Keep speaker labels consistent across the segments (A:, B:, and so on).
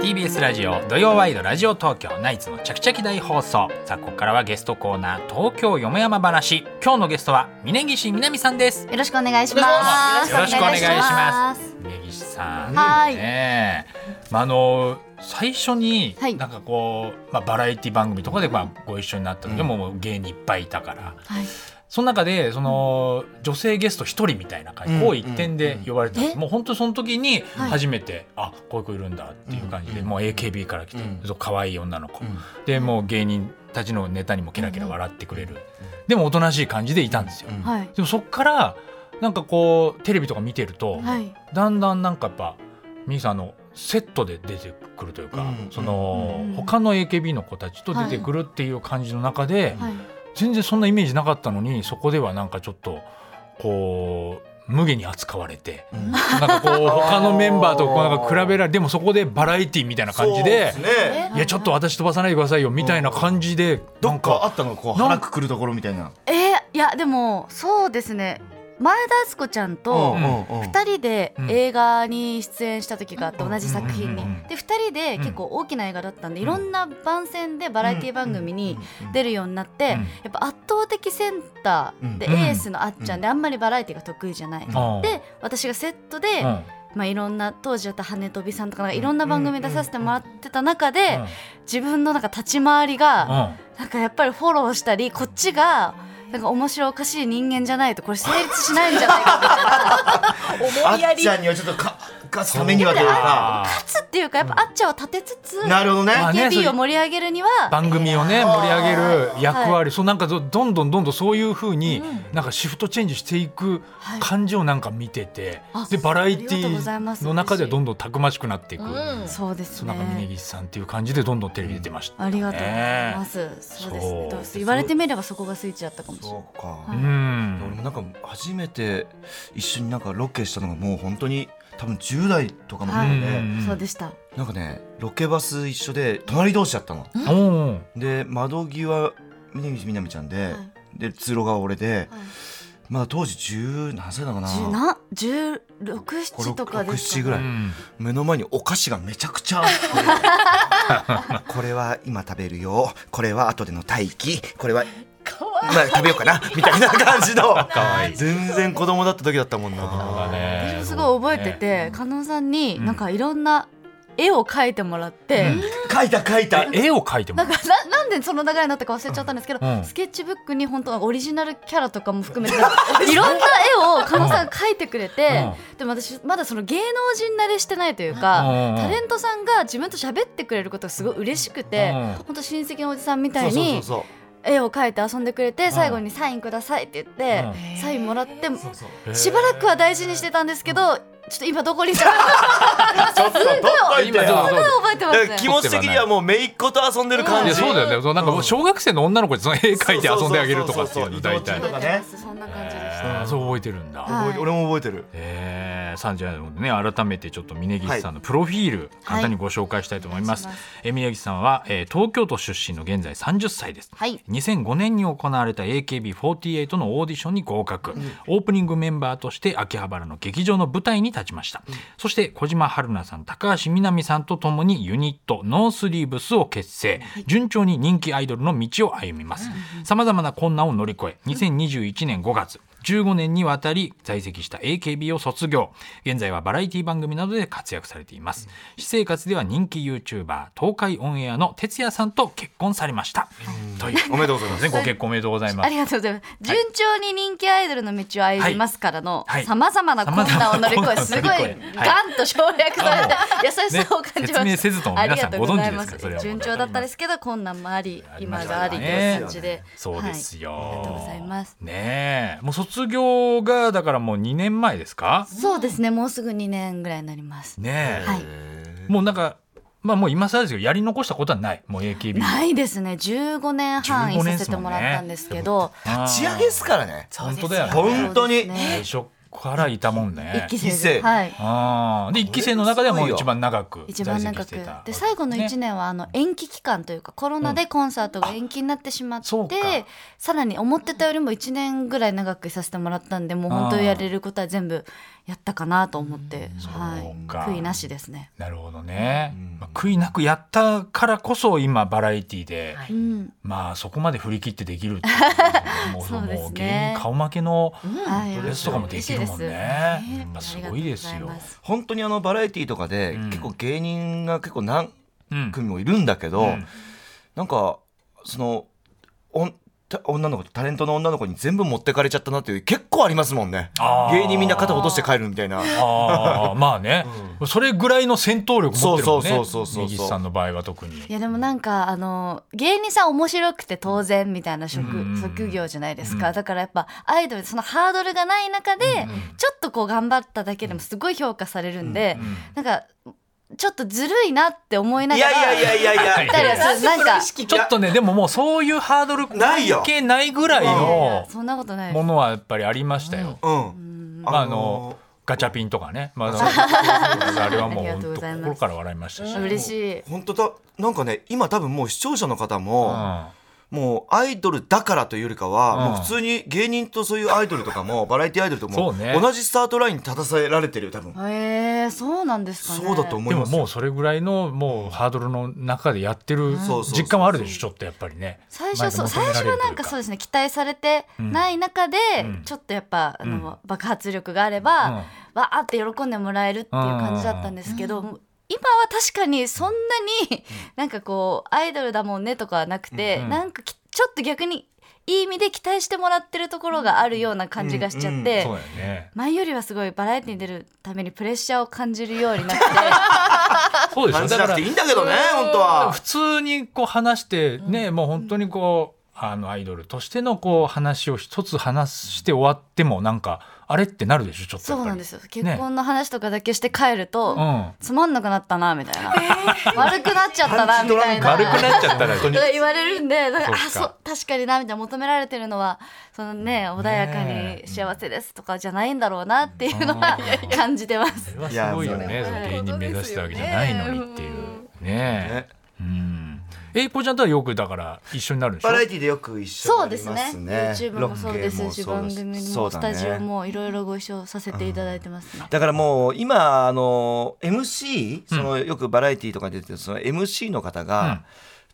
A: TBS ラジオ土曜ワイドラジオ東京ナイツのチャキチャキ大放送さあここからはゲストコーナー東京よもやま話今日のゲストは峯岸みなみさんです
B: よろしくお願いします。。
A: よろしくお願いします峯岸さん
B: はい
A: ねえまああの最初に
B: はい
A: なんかこう、まあ、バラエティ番組とかでまあご一緒になった時はもう芸人いっぱいいたから、
B: はい。
A: その中でその女性ゲスト一人みたいな感じ、
C: うん
A: こう一点で呼ばれたんです、
B: うん
A: もう本当その時に
B: はい
A: 初めて、あこういう子いるんだっていう感じで、
C: うん
A: もう AKB から来て、
C: うん
A: そう可愛い女の子、
C: うん
A: でもう芸人たちのネタにもキラキラ笑ってくれる、でもおとなしい感じでいたんですよ、
C: うん
B: はい。
A: でもそっからなんかこうテレビとか見てると、
B: はい。
A: だんだんなんかやっぱみーさんあのセットで出てくるというか、
C: うん
A: その、
B: うん
A: 他の AKB の子たちと出てくるっていう感じの中で、
B: はい。
A: 全然そんなイメージなかったのにそこではなんかちょっとこう無下に扱われて
C: うん
A: なんかこう他のメンバーとこうなんか比べら
C: あ
A: れでもそこでバラエティみたいな感じで
C: そうすね
B: え
A: いやちょっと私飛ばさないでくださいよみたいな感じで
C: ど
A: な
C: っ
A: ん
C: かあ
A: か
C: ったのこう
A: なん
C: 腹くくるところみたいな
B: えー、いや、でも、そうですね。前田敦子ちゃんと。
C: うんうんうん
B: 二人で
A: うん
B: 映画に出演した時があって
C: うん
B: 同じ作品に
A: うん
B: で二人で結構大きな映画だったんでいろんな番宣でバラエティ番組に出るようになって
A: う
B: や
A: ん
B: っぱ圧倒的センターで
C: うん
B: エースのあっちゃんであんまりバラエティが得意じゃない
A: あー
B: で私がセット
A: う
B: で
A: んうん
B: まあいろんな当時だった羽飛びさんとかなんかいろんな番組出させてもらってた中で自分のなんか立ち回りがなんかやっぱりフォローしたりこっちがなんか面白おかしい人間じゃないとこれ成立しないんじゃないか
C: あっちゃんにはちょっとかかすためにはという
A: あ
C: か
A: ー
B: 勝つっていうかやっぱあっちゃんを立てつつ
C: なるほどね
A: まあねそういう
B: AKB を盛り上げるには
A: 番組をね盛り上げる役割そうなんかどどんどんどんどんそういうふうになんかシフトチェンジしていく
B: はい
A: 感じをなんか見てて
B: あ
A: でバラエテ
B: ありがとうございま
A: ィ
B: す
A: の中ではどんどんたくましくなっていく
D: うん
B: そうです
A: そうなんか峯
B: ね
A: 岸さんっていう感じでどんどんテレビ出てました、
B: ありがとうございますそうですね
A: そう
B: どう言われてみればそこがスイッチだったかもしれない
C: そうか
A: う
B: はい
A: ん
C: 俺もなんか初めて一緒になんかロケしたのがもう本当に多分10代とかの
B: は
C: 頃
B: い
C: で、
A: うん
B: そうでした
C: なんかねロケバス一緒で隣同士だったの
A: おー
C: で窓際峯岸みなみちゃんで、
B: はい
C: で通路が俺で、
B: はい
C: まあ当時10何歳だかな
B: 十な十六七とかですか
C: 5 6 7ぐ
A: う
C: らい
A: ん
C: 目の前にお菓子がめちゃくちゃあってこれは今食べるよこれは後での待機これは
D: かわ
C: まあ食べようかなみたいな感じの
A: 愛い
C: 全然子供だった時だったもんな
B: 私もすごい覚えてて加納さんになんかいろんな絵を描いてもらって
C: 書いた書いた
A: え絵を描いても
B: な
A: ら
B: ん
A: う
B: か ななんでその流れになったか忘れちゃったんですけど、
A: うん
B: スケッチブックに本当はオリジナルキャラとかも含めて いろんな絵を加納さんが描いてくれて、でも私まだその芸能人慣れしてないというか、タレントさんが自分と喋ってくれることがすごい嬉しくて、
A: うん
B: 本当親戚のおじさんみた
C: そう
B: い
C: そうそ
B: に
C: うそう
B: 絵を描いて遊んでくれて
A: ん
B: 最後にサインくださいって言って、サインもらって
C: そうそう
B: しばらくは大事にしてたんですけどちょっと今どこ にいたかすごい
A: ト今どこ
B: 覚えてます
C: だか
B: ね
C: ら。気持ち的にはもう姪っ子と遊んでる感
A: い
C: じ
A: やそうだよねそうなんか小学生の女の子でその絵描いて遊んであげるとかっていうの大
C: そう
A: 体
C: そうそうそう移動中とかね
B: そんな感じでした。
A: えーそう覚えてるんだ、
B: はい
C: 覚えて俺も覚えてる
A: えー、30代なのでね改めてちょっと峯岸さんのプロフィール、簡単にご紹介したいと思います。
B: はい
A: えー峯岸さんは、えー東京都出身の現在30歳です。
B: はい
A: 2005年に行われた AKB48 のオーディションに合格、オープニングメンバーとして秋葉原の劇場の舞台に立ちました、そして小島春菜さん高橋みなみさんとともにユニットノースリーブスを結成、順調に人気アイドルの道を歩みますさまざまな困難を乗り越え2021年5月15年にわたり在籍した AKB を卒業現在はバラエティ番組などで活躍されています私生活では人気 YouTuber 東海オンエアの哲也さんと結婚されましたという
C: おめでとうございま す
A: ね、ご結婚おめでとうございま
B: あ
A: す。
B: りがとうございます。順調に人気アイドルの道を歩みますからの
A: はいはい、
B: さまざまな困難を乗り越え、す
A: 様々
B: ご
A: な困難を乗
B: い
A: り越え
B: ガンと省略されて、優しさを感じました。
A: ね説明せずとも皆さん
B: ありがとうざいま
A: ご存知ですからそれはもう
B: 順調だったですけど、困難もあり、今がありとい
A: ね
B: う感じで。
A: そうですよ、
B: はいありがとうございます。
A: ねえ、もう卒業がだからもう2年前ですか。
B: そうですね、もうすぐ2年ぐらいになります。
A: ねえ、
B: はい。
A: もうなんかまあもう今更ですけどやり残したことはない。もう AKB。
B: ないですね、15年半いさせてもらったんですけど、
A: あー
C: 仕上げっすからね
A: 本当だよ、ね。
C: 本当に
B: そうですね
A: 最初からいたもんね
B: 一。期生
C: 一期生
B: で。はい。
A: ああ、で一期生の中ではもう一番長く
B: 一
A: 在
B: 番
A: 籍
B: 長
A: し
B: く
A: てた。
B: で最後の
A: ね
B: 1年はあの延期期間というかコロナでコンサートが延期になってしまって、
A: そうか
B: さらに思ってたよりも1年ぐらい長くいさせてもらったんでもう本当にやれることは全部やったかなと思って、は
A: そう
B: い、
A: か
B: 悔いなしですね。
A: なるほどね、
C: うん
A: まあ悔いなくやったからこそ今バラエティで、
D: はいううん
B: ん、
A: まあそこまで振り切ってできるっていう もう
B: そうですね
A: もう芸人顔負けの
B: はい
A: ドレスとかもできるもんね。
B: 嬉し
A: やっ
B: いです
A: ぱすごいです
B: ありが
A: よ
B: とうござい。ます
C: 本当にあのバラエティーとかで、
A: うん
C: 結構芸人が結構何
A: うん
C: 組もいるんだけど、
A: うん
C: なんかそのおんた女の子タレントの女の子に全部持ってかれちゃったなっていう結構ありますもんね
A: あー
C: 芸人みんな肩落として帰るみたいな
A: ああ、まあね、それぐらいの戦闘力持ってるもんね。
C: そうそうそうそうそう
A: 根岸さんの場合は特に。
B: いやでもなんかあの芸人さん面白くて当然みたいな職,、
A: うん
B: 職業じゃないです
A: うん
B: かだからやっぱアイドルそのハードルがない中で、
A: うん
B: ちょっとこう頑張っただけでもすごい評価されるんで、
A: うん
B: なんかちょっとずるいなって思いないが
C: や
B: ら
C: いやいやいやいや
A: いやいやいや
B: そうなんか
C: ち
A: ちょっとね、でももうそういうハードル
C: ないよ
A: 関係ないぐらい
B: いや
A: の
B: そんなことないで
A: も
B: す
A: のはやっぱりありましたよ。
C: う
B: うんん
A: まああのガチャピンとかね、まああの、 あれはもう
B: ありがと
A: 本
B: うご
A: 当
B: ざいます
A: 心から笑いましたし。うん
B: 嬉しい
C: 本当だなんかね今多分もう視聴者の方も、もうアイドルだからというよりかは、
A: うん
C: もう普通に芸人とそういうアイドルとかもバラエティアイドルとかも、
A: そうね
C: 同じスタートラインに立たせられてるよ多分、
B: えー、そうなんですかね
C: そうだと思
A: で
C: い
A: も
C: ます
A: もうそれぐらいのもうハードルの中でやってる
C: そうそうそう
A: 実感はあるでしょちょっとやっぱりね
B: 最初はそう最
A: 前が求め
B: 初
A: られ
B: は
A: る
B: な
A: と
B: ん
A: い
B: か
A: う
B: そうですね期待されてない中で、
A: うん
B: ちょっとやっぱ、あ
A: う
B: の爆発力があれば、わーって喜んでもらえるっていう感じだったんですけど、もう今は確かにそんなになんかこうアイドルだもんねとかはなくて、
A: うん
B: なんかきちょっと逆にいい意味で期待してもらってるところがあるような感じがしちゃって、
A: うんそうだよね
B: 前よりはすごいバラエティに出るためにプレッシャーを感じるようにな って
A: そうです
C: 感
A: よ
C: じ
A: だ
C: な
A: から
C: くていいんだけどね本当は
A: 普通にこう話してね、もう本当にこうあのアイドルとしてのこう話を一つ話して終わってもなんかあれってなるでしょちょっと
B: そ
A: やっ
B: う
A: ぱり
B: なんですよ結婚の話とかだけして帰ると、
A: うん
B: つまんなくなったなみたいな、悪くなっちゃったなみたいな
A: 丸くなっちゃったら
B: とか言われるんでだからあ
A: そっ
B: そ
A: か
B: う確かになみたいな求められてるのはそのね穏やか
A: ねえ
B: に幸せですとかじゃないんだろうなっていうのは 感じてます
A: そ。れはすごいよね
D: いや
A: そ
D: そう
A: の
D: ね
A: 芸人目指してたわけじゃないのにっていうね
C: ね
A: えうんえいぽちゃんとはよくだから一緒になるでしょ
C: バラエティでよく一緒
B: そ
C: に
B: う
C: な
B: で
C: り
B: す
C: ま
B: ね
C: すね。
B: YouTube もそうですし
C: ロケ
B: 番
C: もそう
B: 組
C: だし
B: もスタジオ。
C: そうだね
B: もいろいろご一緒させていただいてますね。
C: だからもう今あの MC そのよくバラエティとかに出てるその MC の方が、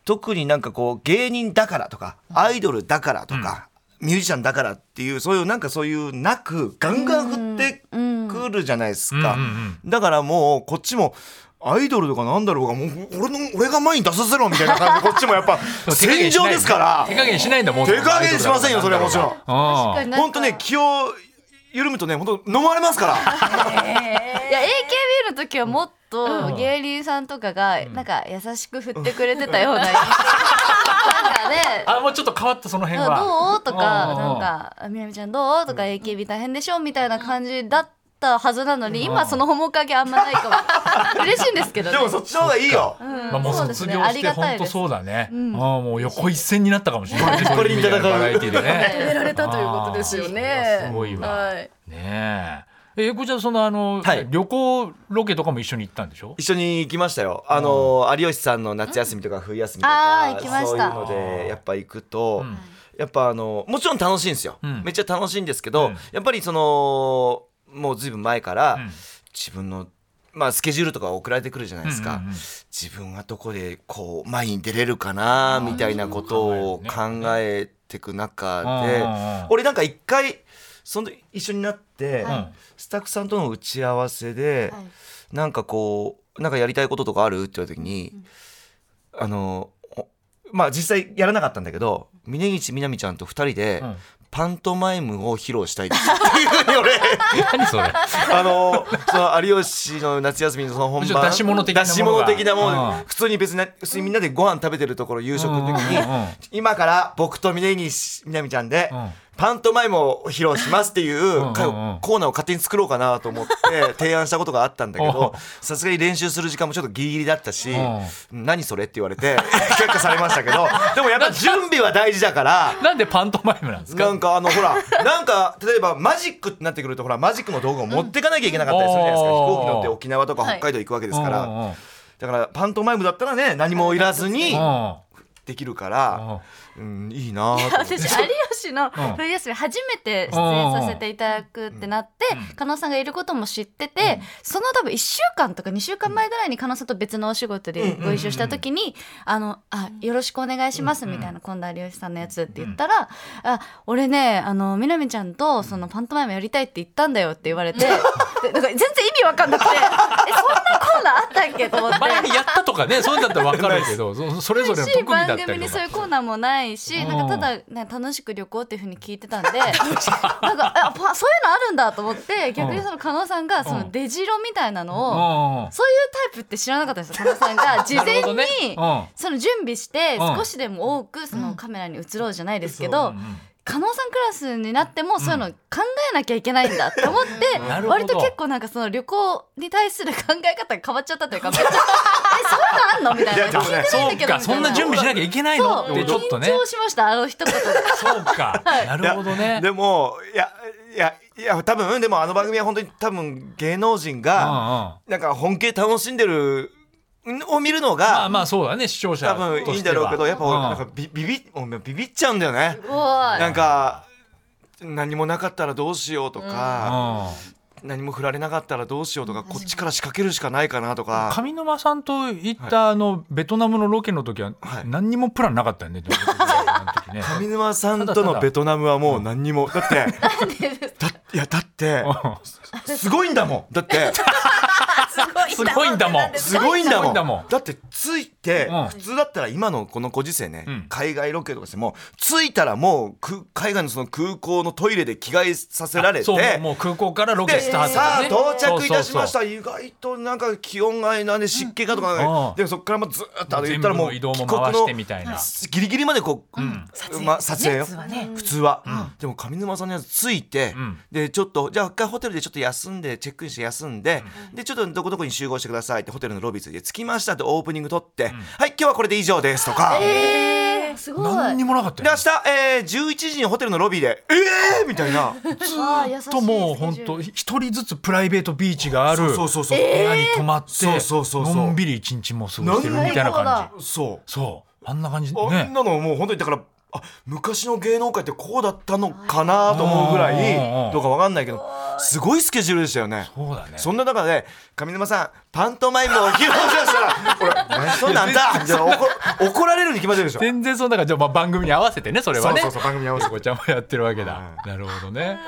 C: 特になんかこう芸人だからとかアイドルだからとか、ミュージシャンだからっていうそういうなんかそういうなくガンガン振ってくるじゃないですか。
A: うんうんうん
C: だからもうこっちも。アイドルとかなんだろうがもう俺の俺が前に出させろみたいな感じでこっちもやっ ぱ戦場ですから
A: 手加減しないんだもん
C: 手加減しませんよそれはもちろん
A: あ
B: 確かになんか
C: 本当ね気を緩むとね本当飲まれますから
B: いや AKB の時はもっと芸人さんとかがなんか優しく振ってくれてたような印象なんかね
A: あもうちょっと変わったその辺は
B: どうとか
A: うん
B: なんか「みなみちゃんどう?」とか「AKB 大変でしょ?」みたいな感じだったはずなのに今その面影あんまないかも嬉しいんですけどね
C: でもそっちの方がいいよ
B: うん
A: まあ、もう
B: そうです
A: 卒
B: ね
A: 業
B: あ
A: し
B: り
A: て
B: がた
A: 本
B: い
A: 当
B: です
A: そうだね、
B: うん
A: ああもう横一線になったかもしれない
C: これに戦う
A: バラエティで
D: や
A: ね
D: られたということですよ
A: あー
D: ね。
A: すごいわ
D: はい。
A: ねええゆうこちゃんそのあの、
C: はい
A: 旅行ロケとかも一緒に行ったんでしょ
C: 一緒に行きましたよあの、有吉さんの夏休みとか冬休みと
B: あー
C: か、
B: 行きました
C: そういうのでやっぱ行くと、
A: うん
C: やっぱあのもちろん楽しいんですよ、
A: うん
C: めっちゃ楽しいんですけど、
A: うん
C: やっぱりそのもうずいぶん前から、
A: うん
C: 自分のまあスケジュールとか送られてくるじゃないです
A: う
C: か、
A: んうんうん
C: 自分がどこでこう前に出れるかなみたいなことを考えてく中で、
A: うんうん
C: 俺なんか一回その一緒になって、
A: はい
C: スタッフさんとの打ち合わせで、
B: はい
C: なんかこうなんかやりたいこととかあるって言われた時に、あのおまあ実際やらなかったんだけど峯岸みなみちゃんと二人で、
A: うん
C: パントマイムを披露したいですっていうふうに俺
A: 何それ
C: あのその有吉の夏休みのその本
A: ちょっと
C: 番
A: 出し物的なものが
C: 出し物的なも
A: うん
C: の普通に別にな普通にみんなでご飯食べてるところ夕食の時に、
A: うんうんうんうん
C: 今から僕と峯岸みなみちゃんで、
A: うん
C: パントマイムを披露しますっていうか
A: うんうんうん
C: コーナーを勝手に作ろうかなと思って 提案したことがあったんだけどさすがに練習する時間もちょっとギリギリだったし「何それ?」って言われて却下されました けどでもやっぱ準備は大事だから。
A: なんでパントマイムなんですか
C: なんかあのほらなんか例えばマジックってなってくるとほらマジックの道具を持ってかなきゃいけなかったりするじゃないですか、
A: うん
C: 飛行機乗って沖縄とか
D: はい
C: 北海道行くわけですから、
A: うんうんうん
C: だからパントマイムだったらね何もいらずに
A: うん
C: できるから、うん、いいなと思って
B: 私有吉の冬休み初めて出演させていただくってなって加納さんがいることも知っててその多分1週間とか2週間前ぐらいに加納さんと別のお仕事でご一緒した時に「あのあよろしくお願いします」みたいな今度有吉さんのやつって言ったら「あ俺ねあの南ちゃんとそのパントマイムやりたいって言ったんだよ」って言われ てでなんか全然意味わかんなくて「えそんなコーナーあったっけ?」と思って。
A: 前にやったとかねそうだったら分かるけ どそそれぞれの
B: し
A: 特技だ
B: 番
A: った
B: 組
A: り
B: に
A: と
B: そう
A: か
B: いうコーナーもないし、
A: うん
B: なんかただ、ね、楽しく旅行っていうふうに聞い てたんでなんかあパそういうのあるんだと思って逆にその加納さんがそうの
A: ん
B: デジロみたいな
A: うん
B: のを、そういうタイプって知らなかったんですよ加納さんが事前
A: なるほど
B: に、
A: ねうん
B: その準備して
A: うん
B: 少しでも多くそのカメラに映ろうじゃないですけ
A: うん
B: ど、
A: うん
B: 加納さんクラスになってもそういうの考えなきゃいけないんだって思って
A: うんなるほど
B: 割と結構なんかその旅行に対する考え方が変わっちゃったとい うかめっちゃえそういうのあんのみたい
C: いや
B: な
C: でも
B: 聞い
C: ね
B: てないんだけど
A: そうかそ
B: みたいな
A: んな準備しなきゃいけないの
B: そ
A: っ
B: う
A: てちょっとね
B: 緊張しましたあ の一言で
A: そうかなるほどね
C: でもいやいやいや多分でもあの番組は本当に多分芸能
A: う
C: 人
A: んうん
C: が
A: ま
C: なんか本気で楽しんでるんを見るのが、
A: あまあそうだね視聴者
C: 多
A: としては
C: 分いいんだろうけどやっぱ俺
A: うん
C: なんかビビビ俺ビビっちゃうんだよね
B: すごい
C: なんか何もなかったらどうしようとか、
A: うん
C: 何も振られなかったらどうしようとかこっちから仕掛けるしかないかなとか
A: 上沼さんと行ったあのベトナムのロケの時は
C: はい
A: 何にもプランなかったよね。で もあの時ね
C: 上沼さんとのベトナムはもう何にもだってだいやだってすごいんだもんだって
A: すごいんだもん。
C: すごいんだも
A: すごい
C: ん
A: んだもん
C: だってついて、
A: うん
C: 普通だったら今のこのご時世ね、
A: うん
C: 海外ロケとかしても着いたらもうく海外のその空港のトイレで着替えさせられて
A: そうもうもう空港からロケ
C: で
A: スタート
C: さあ
A: ね
C: 到着いたしまし
A: そうそうそう
C: た意外となんか気温がなんで湿気がとかなんか
A: うん
C: でもそこからもうずーっとあれ
A: 全
C: 言った
A: 部
C: ら
A: の
C: もう
A: 移
C: 帰
A: 動も
C: 国
A: 回し
C: の
A: てみたいな。
C: ギリギリまでこう、
A: うん
C: まあ、撮影よ
D: 普通はね
C: 普通は、でも上沼さんのやつ着いて、
A: うん
C: でちょっとじゃあ一回ホテルでちょっと休んでチェックインして休んで、でちょっとどこどこに集合してくださいってホテルのロビーで着きましたってオープニング撮って、はい今日はこれで以上ですとか、
B: えー、すごい
A: 何にもなかった
C: で
A: よ
C: 明
A: ね。
C: 日、えー、11時にホテルのロビーでええー、みたいな
B: あー優しい
A: ともう本当一人ずつプライベートビーチ がある
C: そう
A: 部
C: そうそうそう、
A: 屋に泊まって
C: そうそうそうそう
A: のんびり一日も過ごしてるみたいな感じ。
C: そう
A: そうあんな感じ
C: あん
A: ね。
C: なのもう本当にだからあ昔の芸能界ってこうだったのかなと思うぐら
A: うん
C: いどうかわかんないけどすごいスケジュールでしたよね。
A: そうだね。
C: そんな中で上沼さんパントマイムを披露しましたら「 俺何しとんなんだ!」みたいな怒怒られるに決まってるでしょ。
A: 全然そんな感じゃあまあ番組に合わせてねそれはね
C: そうそうそう番組に合わせて
A: 英子ちゃんもやってるわけだ
C: は
A: なるほどね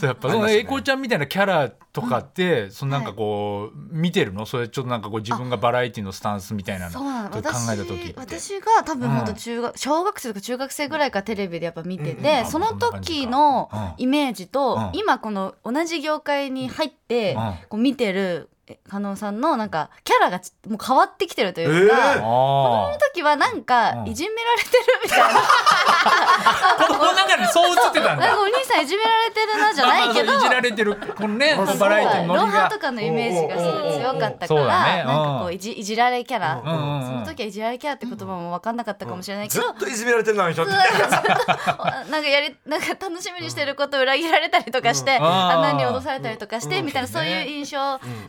A: そうやっぱそ
C: あり
A: の
C: ますね
A: 英子ちゃんみたいなキャラとかってそのなんかこう見てるのそれちょっとなんかこう自分がバラエティのスタンスみたいなの
B: そうな の
A: ちょっ
B: 私
A: と考えた時って
B: 私が多分本当中学、小学生とか中学生ぐらいからテレビでやっぱ見て
A: うんう
B: て、
A: ん
B: その時の
A: うん
B: イメージと、
A: うん
B: 今この同じ業界に入って
A: うん
B: こう見てるえ加納さんのなんかキャラがちもう変わってきてるというか、
C: えー
A: あ
B: その時はなんか
A: うん
B: いじめられてるみたいな、
A: あ子供の中でそう映ってたん
B: なん
A: だ
B: かお兄さんいじめられてるなじゃないけど
A: まあまあそういじられてるこのね
B: そう
A: バラエティのノ
B: ロ
A: リ
B: ンハー
A: が
B: とかのイメージがすごい強かったか
A: そうだ
B: ら、
A: ねうん
B: なんかこういじいじられキャラ、
C: うん
A: うんうん
B: その時はいじられキャラって言葉も分かんなかったかもしれないけ
C: ず
B: ど、
C: っといじめられてるのに人って
B: なんかやりなんか楽しみにしてることを裏切られたりとかして、
A: ん
B: あんなに脅されたりとかして、
A: うん
B: みたいな、
A: うん
B: そういう印象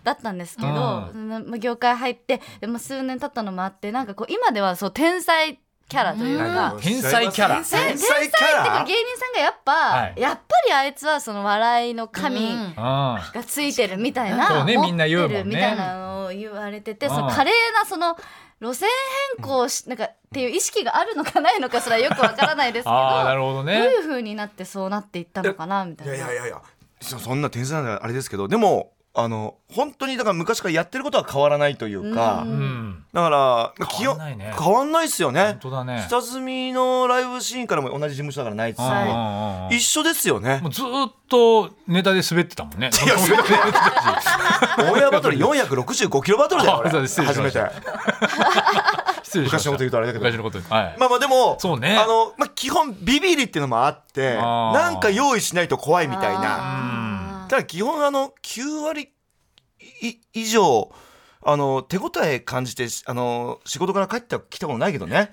B: だったんですけど、
A: うん
B: まあ業界入ってでも数年経ったのもあってなんかこう今ではそう天才キャラというか。
A: 天才キャラ
C: 天
B: 天
C: 才
B: 才っていうか
C: キャラ
B: 芸人さんがやっぱ、
A: はい
B: やっぱりあいつはその笑いの神
D: うん
A: うん
B: がついてるみたいな、
A: そうね
B: 持っ
A: みんな言うもんね
B: てるみたいなのを言われてて、
A: うん
B: その華麗なその路線変更し、なんかっていう意識があるのかないのかすらよくわからないですけど
A: あーなるほどね
B: どういう風になってそうなっていったのかなみたい
C: い
B: な。
C: やいやいやいやそそんな天才なんだからあれですけどでもあの本当にだから昔からやってることは変わらないというか、
B: うん
A: うん
C: だから気
A: 変わん
C: 温
A: ないね
C: 変わんないですよね
A: 本当だね
C: 下積みのライブシーンからも同じ事務所だからないです
A: うんうん
C: よ
A: うんうん
C: 一緒ですよね
A: もうずーっとネタで滑ってたもんね。
C: オンエアバトル465キロバトルだよ俺
A: あそうです
C: 初
A: 失礼し
C: め
A: ま
C: て
A: し 失礼しま
C: 昔
A: した
C: のこと言うとあれだけど
A: 昔のこと言うとはい。
C: まあまあでも
A: そうね
C: あの、まあ、基本ビビリっていうのもあって
A: あー
C: なんか用意しないと怖いみたいな
B: あー
C: ただ基本あの9割い以上あの手応え感じてあの仕事から帰ってきたことないけ どね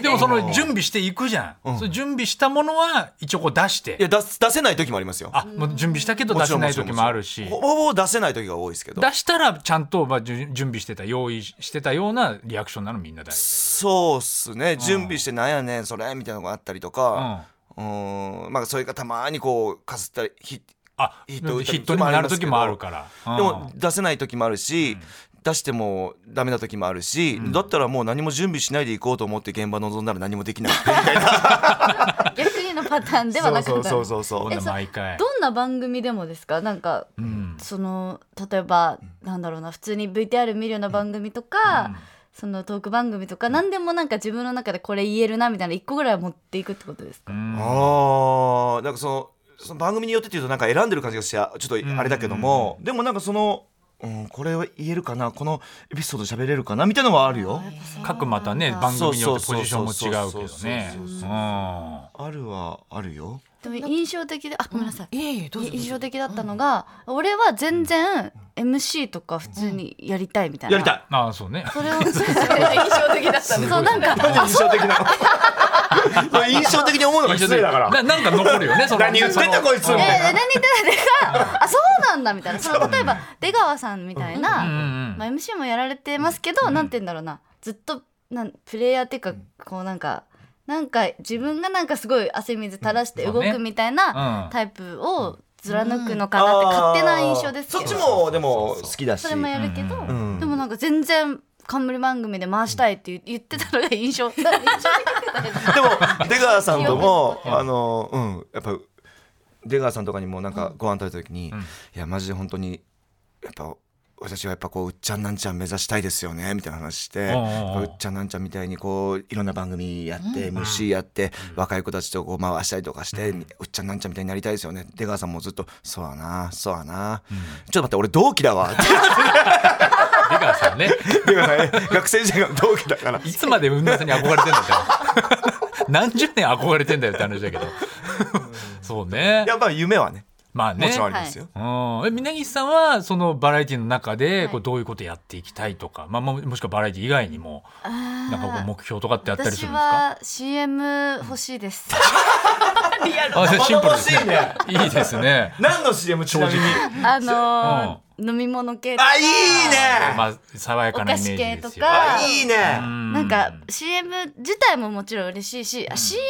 A: でもその準備していくじゃん、それ準備したものは一応こう出して
C: いや出す出せない時もありますよ
A: あもう準備したけど出せない時もあるし
C: ほぼほぼ出せない時が多いですけど
A: 出したらちゃんとまあじゅ準備してた用意してたようなリアクションなのみんな大体
C: そうっすね準備してなんやねんそれみたいなのがあったりとかうんまあそれがたまにこうかすったりひ
A: あヒ
C: ヒ
A: ッ
C: ッ
A: ト
C: ト打った時も
A: になる時もあるから、うん
C: でも出せない時もあるし、出してもダメな時もあるし、だったらもう何も準備しないでいこうと思って現場臨んだら何もでき ない
B: 逆にのパターンではなかった
C: そうそうそう
A: こん
C: そう
A: な毎回
B: どんな番組でもですかなんか、
A: ん
B: その例えばなんだろうな普通に VTR 見るような番組とか、そのトーク番組とか何でもなんか自分の中でこれ言えるなみたいな一個ぐらいは持っていくってことですか、
A: うん
C: ああなんかそのその番組によってっていうとなんか選んでる感じがしてあちょっとあれだけども、でもなんかその、うん、これは言えるかなこのエピソード喋れるかなみたいなのはあるよ
A: 各またね番組によってポジションも違うけどね
C: そうそうそうそうそう
A: うん
C: あるはあるよ
B: でも印象的であごめんなさい、
D: いえいえどうぞどうぞ
B: 印象的だったのが、俺は全然 MC とか普通にやりたいみたいな、
C: やりたい
A: ああそうね
B: それを印象的だったそうなんか
C: 印象的なそ れ印象的に思うのが失礼だから
A: ななんか残るよねその
C: 何言ってんだこいつ
A: そ
B: え
A: の
B: ー、
C: みたいな
B: 何言ってたでかあそうなんだみたいなその例えば出川さんみたいな、
A: うんうん
B: まあ、MC もやられてますけど、なんて言うんだろうなずっとなんプレイヤーっていうかこうなんかなんか自分がなんかすごい汗水垂らして
A: うんそう
B: 動
A: ね
B: くみたい
A: うん
B: なタイプを貫くのかなって勝手な印象です
C: そっ
B: け
C: ち
B: ど、
C: もでも好きだし
B: それもやるけど、
C: んうん
B: でもなんか全然冠番組で回したいって言言ってたのが印象印 象的だったです
C: でも出川さんともあのうんやっぱ出川さんとかにもなんかご飯食べた時に、いやマジで本当にやっぱ私はやっぱこううっちゃんなんちゃん目指したいですよねみたいな話して
A: うんうんうん
C: やっぱうっちゃんなんちゃんみたいにこういろんな番組やって、MC やって、若い子たちとこう回したりとかして、うっちゃんなんちゃんみたいになりたいですよね出川さんもずっと「そうやなそうやな、ちょっと待って俺同期だわ」って
A: 出川さんね
C: 出川さんね学生時代が同期だから
A: いつまで運動さんに憧れてんだって 何十年憧れてんだよって話だけどそうね
C: やっぱ夢はね
A: まあね
C: もちろんありますよ、
A: うん、え峯岸さんはそのバラエティの中で
B: い
A: こうどういうことやっていきたいとか、まあ、ももしくはバラエティ以外にも
B: あー
A: なんかこう目標とかってあったりす
B: 私
A: るんですか
B: は CM 欲しいです、
A: あシンプルです
C: 物
A: ねいいですね、
C: 何の CM ちなみに
B: あのー飲み物系とか
C: あいいね
A: まあ、爽やかなイメージですよ
B: お菓子系とか
C: あいいね
B: なんか CM 自体ももちろん嬉しいし、あ CM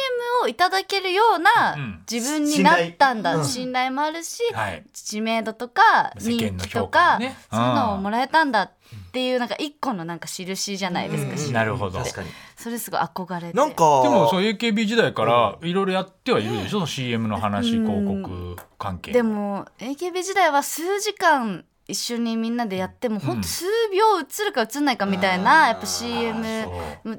B: をいただけるよう
A: うん
B: な自分になったんだ、
C: うん
B: 信頼もあるし、
A: はい
B: 知名度とか
A: 世
B: 人
A: 間の
B: 気
A: 評
B: と
A: 価も
B: か、
A: ね
B: そういうのをもらえたんだっていうなんか一個のなんか印じゃないですか、
A: なるほど
C: 確かに
B: それすごい憧れて
C: なんか
A: でもその AKB 時代からいろいろやってはいるでしょ、その CM の話
B: うん
A: 広告関係
B: でも AKB 時代は数時間一緒にみんなでやってもほんと数秒映るか映んないかみたいな、やっぱ CM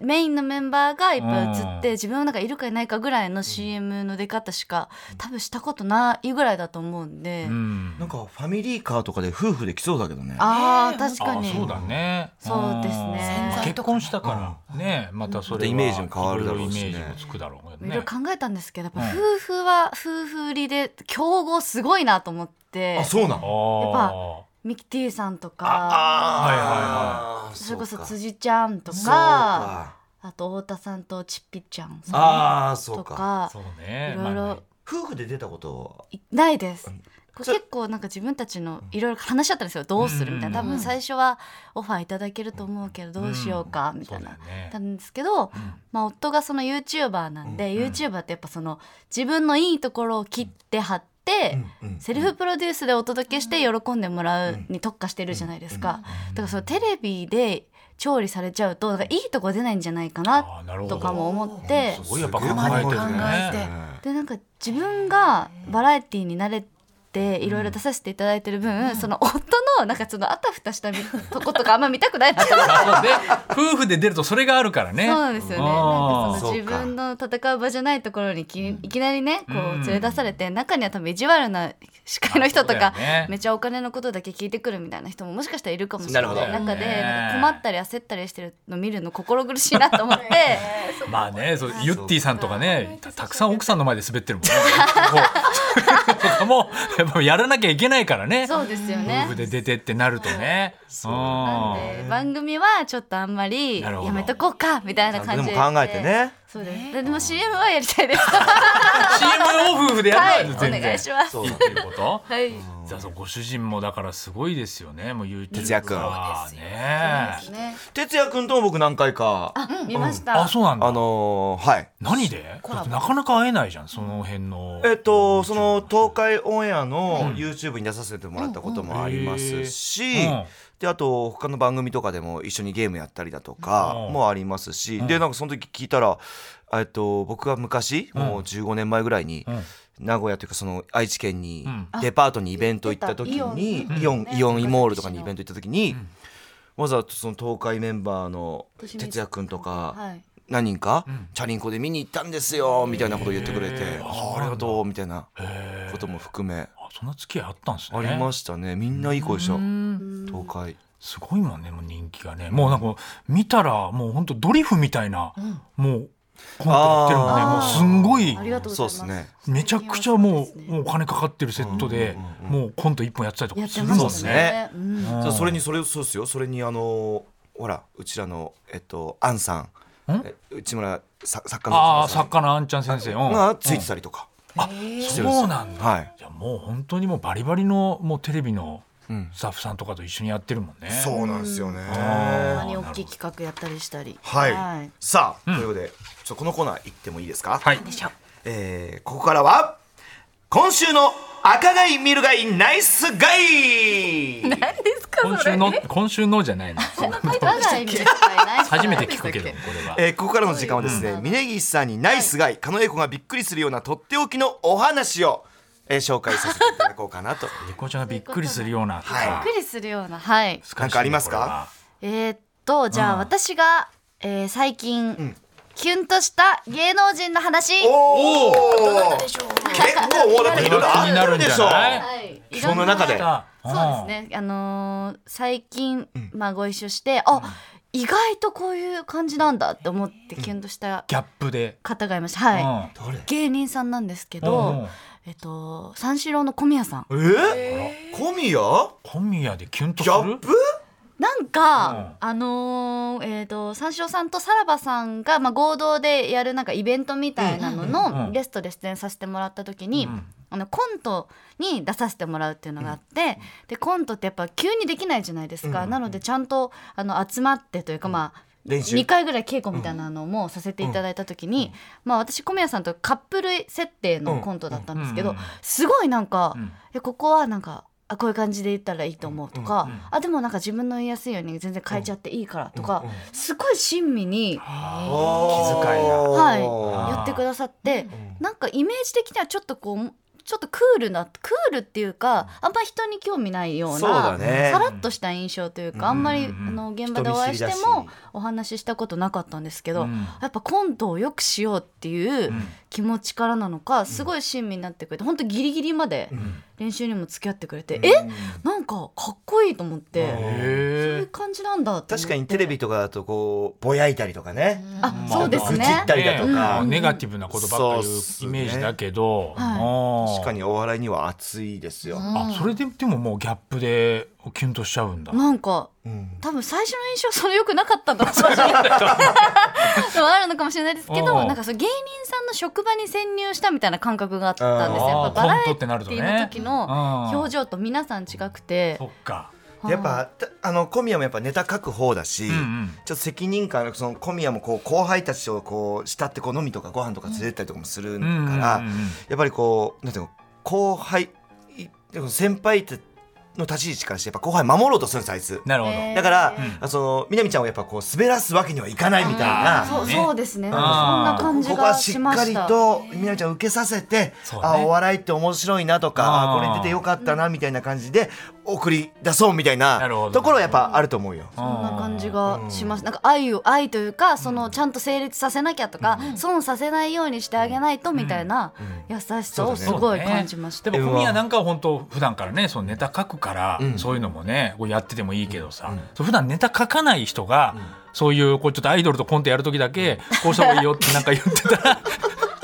B: メインのメンバーがいっぱい映って、
A: うん
B: 自分の中いるかいないかぐらいの CM の出方しか、多分したことないぐらいだと思うんで、
A: うん
C: なんかファミリーカーとかで夫婦できそうだけどね
B: あ
D: ね
B: あ確かに
A: あそうだね
B: そうですね
A: ん
B: 洗
D: 剤
A: 結
D: とか
A: 婚したからねまたそれは
C: イメージも変わるだろうしね
A: いろいろイメージもつくだろう
B: い
A: ね
B: ろいろ考えたんですけどやっぱ
A: う
B: 夫婦は夫婦売りで競合すごいなと思って、
C: そうなの
A: や
B: っぱミキティさんとか
C: ああはいはいはい
B: それこそ辻ちゃんとかあと太田さんとちっぴちゃんさん
C: ああそ
B: と
C: うか
B: か
A: そうね
B: いろいろ
A: まあね
C: 夫婦で出たこと
B: いないです。こう
C: それ
B: 結構なんか自分たちのいろいろ話し合ったんですよどうするみたいな多
A: うん
B: 分最初はオファーいただけると思うけどどうしようかみたい
A: そ
B: な、
A: うだよね
B: たんですけど、まあ、夫がその YouTuber なんで、YouTuber ってやっぱその自分のいいところを切って貼って、セルフプロデュースでお届けして喜んでもらうに特化してるじゃないですか、だからそのテレビで調理されちゃうとなんかいいとこ出ないんじゃないか
A: あ
B: な
A: ーなるほど
B: とかも思って。
A: すごいやっぱ考えてる
D: 考
A: ね
D: えて
B: でなんか自分がバラエティーに慣れていろいろ出させていただいてる分、その夫のなんかそのあたふたしたみとことかあんま見たくないなと思って。
A: あそうね夫婦で出るとそれがあるから ね
B: そうなんですよね。
A: あー
B: なんかその自分の戦う場じゃないところにきいきなりね、こう連れ出されて、中には多分意地悪な司会の人と
A: あ
B: か
A: そうだよね、
B: めちゃお金のことだけ聞いてくるみたいな人ももしかしたらいるかもしれな
C: ないるほど
B: 中で、
A: ね
B: なんか困ったり焦ったりしてるの見るの心苦しいなと 思って、
A: まあねそうユッティさんとかねたたくさん奥さんの前で滑ってるもんねこうもうやっぱやらなきゃいけないからね
B: そうですよ
A: 夫
B: ね
A: 婦で出てってなるとね。うん
B: なんで番組はちょっとあんまり
A: なるほど
B: やめとこうかみたいな感じ
C: でも考えてね
B: そうですででも CM はやりたいです
A: CM を夫婦でや
B: は
A: る
B: い
A: の
B: お
A: は全然、
B: 願いします
A: いいっていうこと
B: はい
A: じゃあそうご主人もだからすごいですよねもう YouTube
C: 哲也君
A: はね
B: そうですね
C: 哲也君とも僕何回かあ
B: あ見ました
A: あそうなんだ、
C: のーはい
A: 何で
B: コ
A: だ
B: ラボ
A: ってなかなか会えないじゃんその辺の
C: えっとその東海オンエアの YouTube に出させてもらったこともありますし、
A: うんうん
C: であと他の番組とかでも一緒にゲームやったりだとか
A: うん
C: もありますし、でなんかその時聞いたらえっと僕が昔もう15年前ぐらいに、
A: うん
C: 名古屋というかその愛知県に
A: う
C: デパートにイベント行った時に
B: うん
C: イオン
B: うん
C: イオンイモールとかにイベント行った時にわざとその東海メンバーの哲也君とか
B: はい
C: 何人かチャリンコで見に行ったんですよみたいなことを言ってくれて
A: へー
C: あありがとうみたいな
A: へー
C: ことも含め
A: あそんな付き合いあったんですね
C: ありま
A: し
C: したねみんないい子でした東海
A: すごいもんねもう人気がねもうなんか見たらもう本当ドリフみたいな、もうコントやってるもんね
C: あ
A: もうす
C: ー
A: んごい
B: ありがとうござい
C: そう
B: ま
C: ですすね
A: めちゃくちゃもう,、
B: そうですね
A: もうお金かかってるセットで、もうコント一本やってたりと
B: や
A: か
B: っ
A: す
B: て
A: る
B: ま
A: もん
B: し
A: ね
B: たねうん
A: うん
C: そうそれにそれそうですよそれにあのほらうちらのえっとアンさん
A: ん
C: え内村さ作家の
A: ああ
C: 内村さん
A: 作家のあんちゃん先生うん
C: がついてたりとか
A: うん
C: してるんですよ
A: そうなんだ、
C: はい
A: じゃあもう本当にもうバリバリのもうテレビの
C: うん
A: スタッフさんとかと一緒にやってるもんね、
C: そうなんですよね
B: た
A: あ
B: ま
A: ー
B: に大きい企画やったりしたり
C: はい、
B: はい
C: さあ、ということでちょこのコーナー行ってもいいですか、
A: はい
B: でしょう
C: えーここからは今週の赤貝見る貝ナイス貝
A: 今週の今週のじゃないの
B: 我が意味ですからいないですから
A: 初めて聞くけどこれは
C: えーここからの時間はですね、峯岸さんにナイスガイ、狩野英孝がびっくりするようなとっておきのお話を、えー紹介させていただこうかなと。
A: リコちゃんがびっくりするようなとか
C: はい
B: びっくりするようなはい
A: 難しいね
C: なんかありますか
B: えーっとじゃ
A: う
B: あ
A: ん
B: 私が、えー最近、キュンとした芸能人の話
C: おお結構おだっていろいろあ
A: 気にな
C: っ
A: る
C: た
A: んじ
C: で
A: ゃ
C: しょ
A: ない
B: はいい
C: そ
B: ろん
C: の
B: な
C: 中で
A: これは
B: そうですねあのー最近、まあ、ご一緒してあ、意外とこういう感じなんだって思ってキュンとした
A: ギャップで、
B: 方がいました、はい、
A: う
C: どれ
B: 芸人さんなんですけ
A: う
B: ど
A: ん、
B: えっと、三四郎の小宮さん
C: えー、小
A: ん、
C: 宮
A: 小宮でキュンとす
C: ギャッ
A: る
C: プ
B: なんか、あのーえっと三四郎さんとさらばさんが、まあ、合同でやるなんかイベントみたいなの
A: うん
B: のゲストで出演させてもらった時に、
A: うん
B: あのコントに出させてもらうっていうのがあって、でコントってやっぱ急にできないじゃないですか、なのでちゃんとあの集まってというかまあ
C: 練習
B: 2回ぐらい稽古みたいなのもさせていただいた時に、まあ、私小宮さんとカップル設定のコントだったんですけど、
A: うんうん
B: すごいなんか、
A: うん
B: えここはなんかあこういう感じで言ったらいいと思うとか、
A: うんうん
B: あでもなんか自分の言いやすいように全然変えちゃっていいからとか、すごい親身に、
A: 気遣いが
B: はい、
A: ー
B: 言ってくださって、なんかイメージ的にはちょっとこうちょっとクールなクールっていうかあんま人に興味ないような
C: そうだね
B: さらっとした印象というか、あんまり、
A: うん
B: あの現場でお会いして
C: 人見知り
B: も
C: だし
B: お話ししたことなかったんですけど、
A: うん
B: やっぱコントをよくしようっていう気持ちからなのかすごい親身になってくれて本当ギリギリまで練習にも付き合ってくれて、えなんかかっこいいと思って、そうい
A: へ
B: う感じなんだって思って
C: 確かにテレビとかだとこうぼやいたりとかね、
B: あ
A: え
B: そうです
C: 愚痴っ
B: ね
C: たりだとか、
A: ネガティブなことばっかり
C: そう
A: 言
C: っ
A: う
C: す
A: イ
C: ね
A: メージだけど、
B: は
A: うん
C: 確かにお笑いには熱いですよ、
A: あそれででももうギャップでキュンとしちゃうんだ、
B: なんか
C: うん
B: 多分最初の印象それ良くなかったんだろう なでもあるのかもしれないですけど
A: うん
B: なんかその芸人さんの職場に潜入したみたいな感覚があったんですよやっぱ
A: あー
B: バラ
A: コントっ
B: エテ
A: て
B: ィ
A: なるとね
B: の時の
A: うん
B: 表情と皆さん違くて
A: そっか
C: やっぱたあの小宮もやっぱネタ書く方だし、
A: ん
C: ちょっと責任感その小宮もこう後輩たちをこう慕ってこう飲みとかご飯とか連れてったりとかもするか
A: う
C: ら、
A: んうん
C: や
A: うんうん
C: っぱりこうなんていうの後輩いでも先輩っての立ち位置からしてやっぱ後輩守ろうとするんですあいつ。
A: なるほど、
B: えー
C: だから、
A: うん
C: あその南ちゃんをやっぱこう滑らすわけにはいかないみたいな。
A: うん
B: そう
A: ね
B: そうですね。
A: あー
B: なんかそんな感
C: こ
B: じ
C: こは
B: が
C: し
B: し
C: っ
B: ま
C: か
B: し
C: り
B: た。
C: とみなちゃんを受けさせて、
A: そうね
C: あお笑いって面白いなとか
A: あ
C: あ
A: ー
C: これに出てよかったなみたいな感じで送り出そうみたいな
A: なるほど
C: ところはやっぱあると思うよ。
A: そ
B: そんな感じがします。なんか愛を愛というか、そのちゃんと成立させなきゃとか、損させないようにしてあげないとみたいな優しさをすごい感じました。
A: でも小宮なんかは本当普段からねそのネタ書くから、そういうのもねこうやっててもいいけどさ、そう普段ネタ書かない人が、そういうこうちょっとアイドルとコントやる時だけ、こうした方がいいよってなんか言ってたら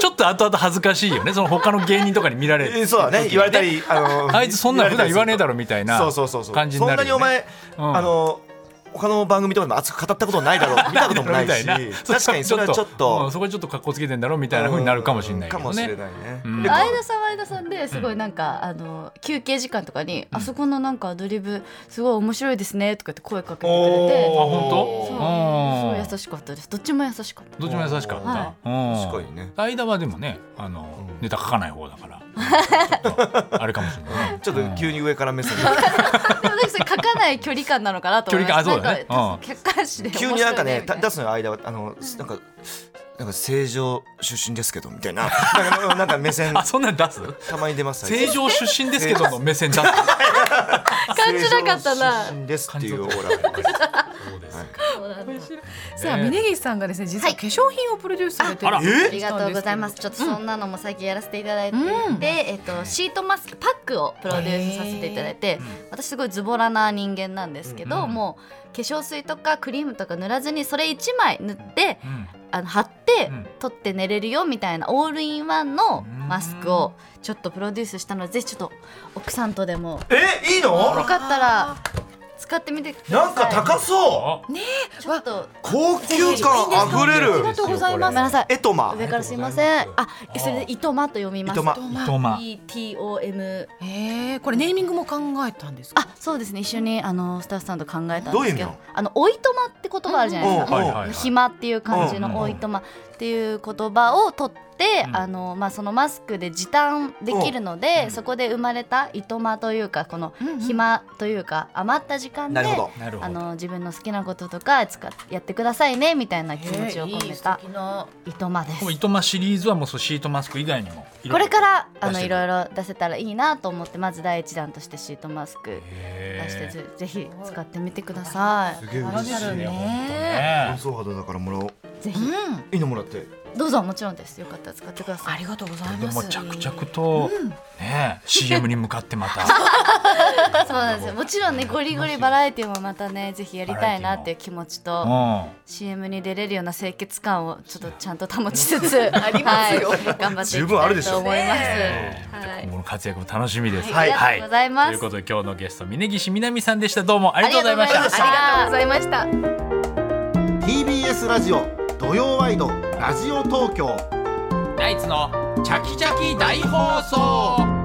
A: ちょっっと後々恥ずかしいよねその他の芸人とかに見られ
C: え
A: る
C: そうだね言われたりあ の
A: あいつそんな普段言わねえだ
C: ろ
A: ろみたいな
C: そうそうそうそう
A: 感じになるよ、ね、
C: そんなにお前、
A: うん
C: あの他の番組とかでも熱く語ったことないだろう見たこともな いし
A: みた
C: 確かにそれはちょっ
A: うん
C: と
A: そこちょっと格好つけてんだろみたいな風になるかもしれないけ
C: か
A: ど
C: もし
A: ね
C: れないね、
A: ん
C: で
B: 相田さんは相田さんですごいなんか、あの休憩時間とかに、あそこのなんかアドリブすごい面白いですねとかって声かけてくれて
A: あ本
B: そ
C: おー
A: 当
B: う
A: う
B: す
A: ん
B: ごい優しかったですどっちも優しかった
A: どっちも優しかった、
B: は
A: うん
C: 確かにね
A: 間はでもねあの、
C: うん
A: ネタ書かない方だ からちょっとあれかもしれないね
C: ちょっと急に上から目線で
B: でもなんかそれ書かない距離感なのかなと思います
A: 距離感あそうだね
B: なんか
A: うん
B: 客観視で面白い
C: 急になんか
B: み
C: ね
B: た
C: た
B: いな
C: 出すのよ間はあのなんかなんか正常出身ですけどみたいななんかなんか目線
A: あそんなん出す
C: たまに出ます
A: 正常出身ですけど の目線出す
B: 感じなかったな
C: 正常出身ですっていうオーラがあります
A: そうですか
D: さあ
A: えー
D: 峯岸さんがですね実は化粧品をプロデュースされてる
A: あら
B: ありがとうございます。ちょっとそんなのも最近やらせていただいていて、
D: うん
B: えっとシートマスクパックをプロデュースさせていただいて、私すごいズボラな人間なんですけど、
A: うん
B: もう化粧水とかクリームとか塗らずにそれ一枚塗って、
A: うん
B: あの貼って、
A: うん
B: 取って寝れるよみたいなオールインワンの
A: うん
B: マスクをちょっとプロデュースしたので、ぜひちょっと奥さんとでも
C: えいいの
B: よかったら使ってみてください。
C: なんか高そう
A: あ
B: ちょっと
C: 高級感あふれ
A: いいん
C: る
A: ですか
B: ございます。ごめんなさい。
C: エトマ
B: 上からすいません。あ、それ
A: あ
B: でいとまと読みます。
C: いとま
A: 伊藤間
B: E T O M
D: えー、これネーミングも考えたんですか
B: あそうですね一緒にあのスタッフさんと考えたん
C: どう
B: です
C: いう意味
B: け
C: な
B: ど
C: の
B: あの「おいとま」って言葉あるじゃないです
C: うん
B: か
C: うん
B: あ
A: はいはいはい
B: の「暇」っていう感じ
A: うんう
B: の
A: ん
B: 「おいとま」っていう言葉を取って
A: うん
B: あのまあそのマスクで時短できるので
A: うん
B: そこで生まれた「いとま」というかこの
D: うんうん
B: 「暇」というか余った時間
C: な
B: で
C: るほど
A: なるほ
B: あ
A: ど
B: の自分の好きなこととか使っやってくださいねみたいな気持ちを
D: いい
B: 込め
D: 素
B: た
D: 敵な
B: 「いとま」です
A: この。糸間シリーズはもうそうシートマスク以外にもいろ
B: こ
A: いろ
B: れからあ
A: 出してくる
B: のいろいろ出せたらいいなと思ってまず第一弾としてシートマスク
A: へ
B: 出して
A: ー
B: ぜぜひ使ってみてくださ
C: すげえ嬉しい
D: ある
A: いや本
C: 乾
A: 当ね
C: 燥肌だからもらおう
B: い。
D: う
B: ぜひ
D: ん
C: いいのもらって
B: どうぞもちろんです。よかったら使ってくださ
D: あ
B: い。
D: りがとうござい
A: で
D: ま
A: も
D: す
A: 着々とね CM に向かってま た
B: そうなんですよ。もちろんねゴリゴリバラエティもまたねぜひやりたいなっていう気持ち
A: う
B: と
A: ん
B: CM に出れるような清潔感をちょっとちゃんと保ちつつありますよ。頑張ってい
C: 十
B: き
C: 分あ
B: た
C: るで
B: い
C: し
B: と
C: ょ
B: 思います。
A: えー今
B: はい。
A: 後の活躍も楽しみです。
B: はいありがとうございます
A: ということで今日のゲスト峯岸みなみさんでした。どうもありがとうございました。
B: ありがとうございました
D: ありがとうございました
E: TBS ラジオ土曜ワイドラジオ東京
A: ナイツのチャキチャキ大放送。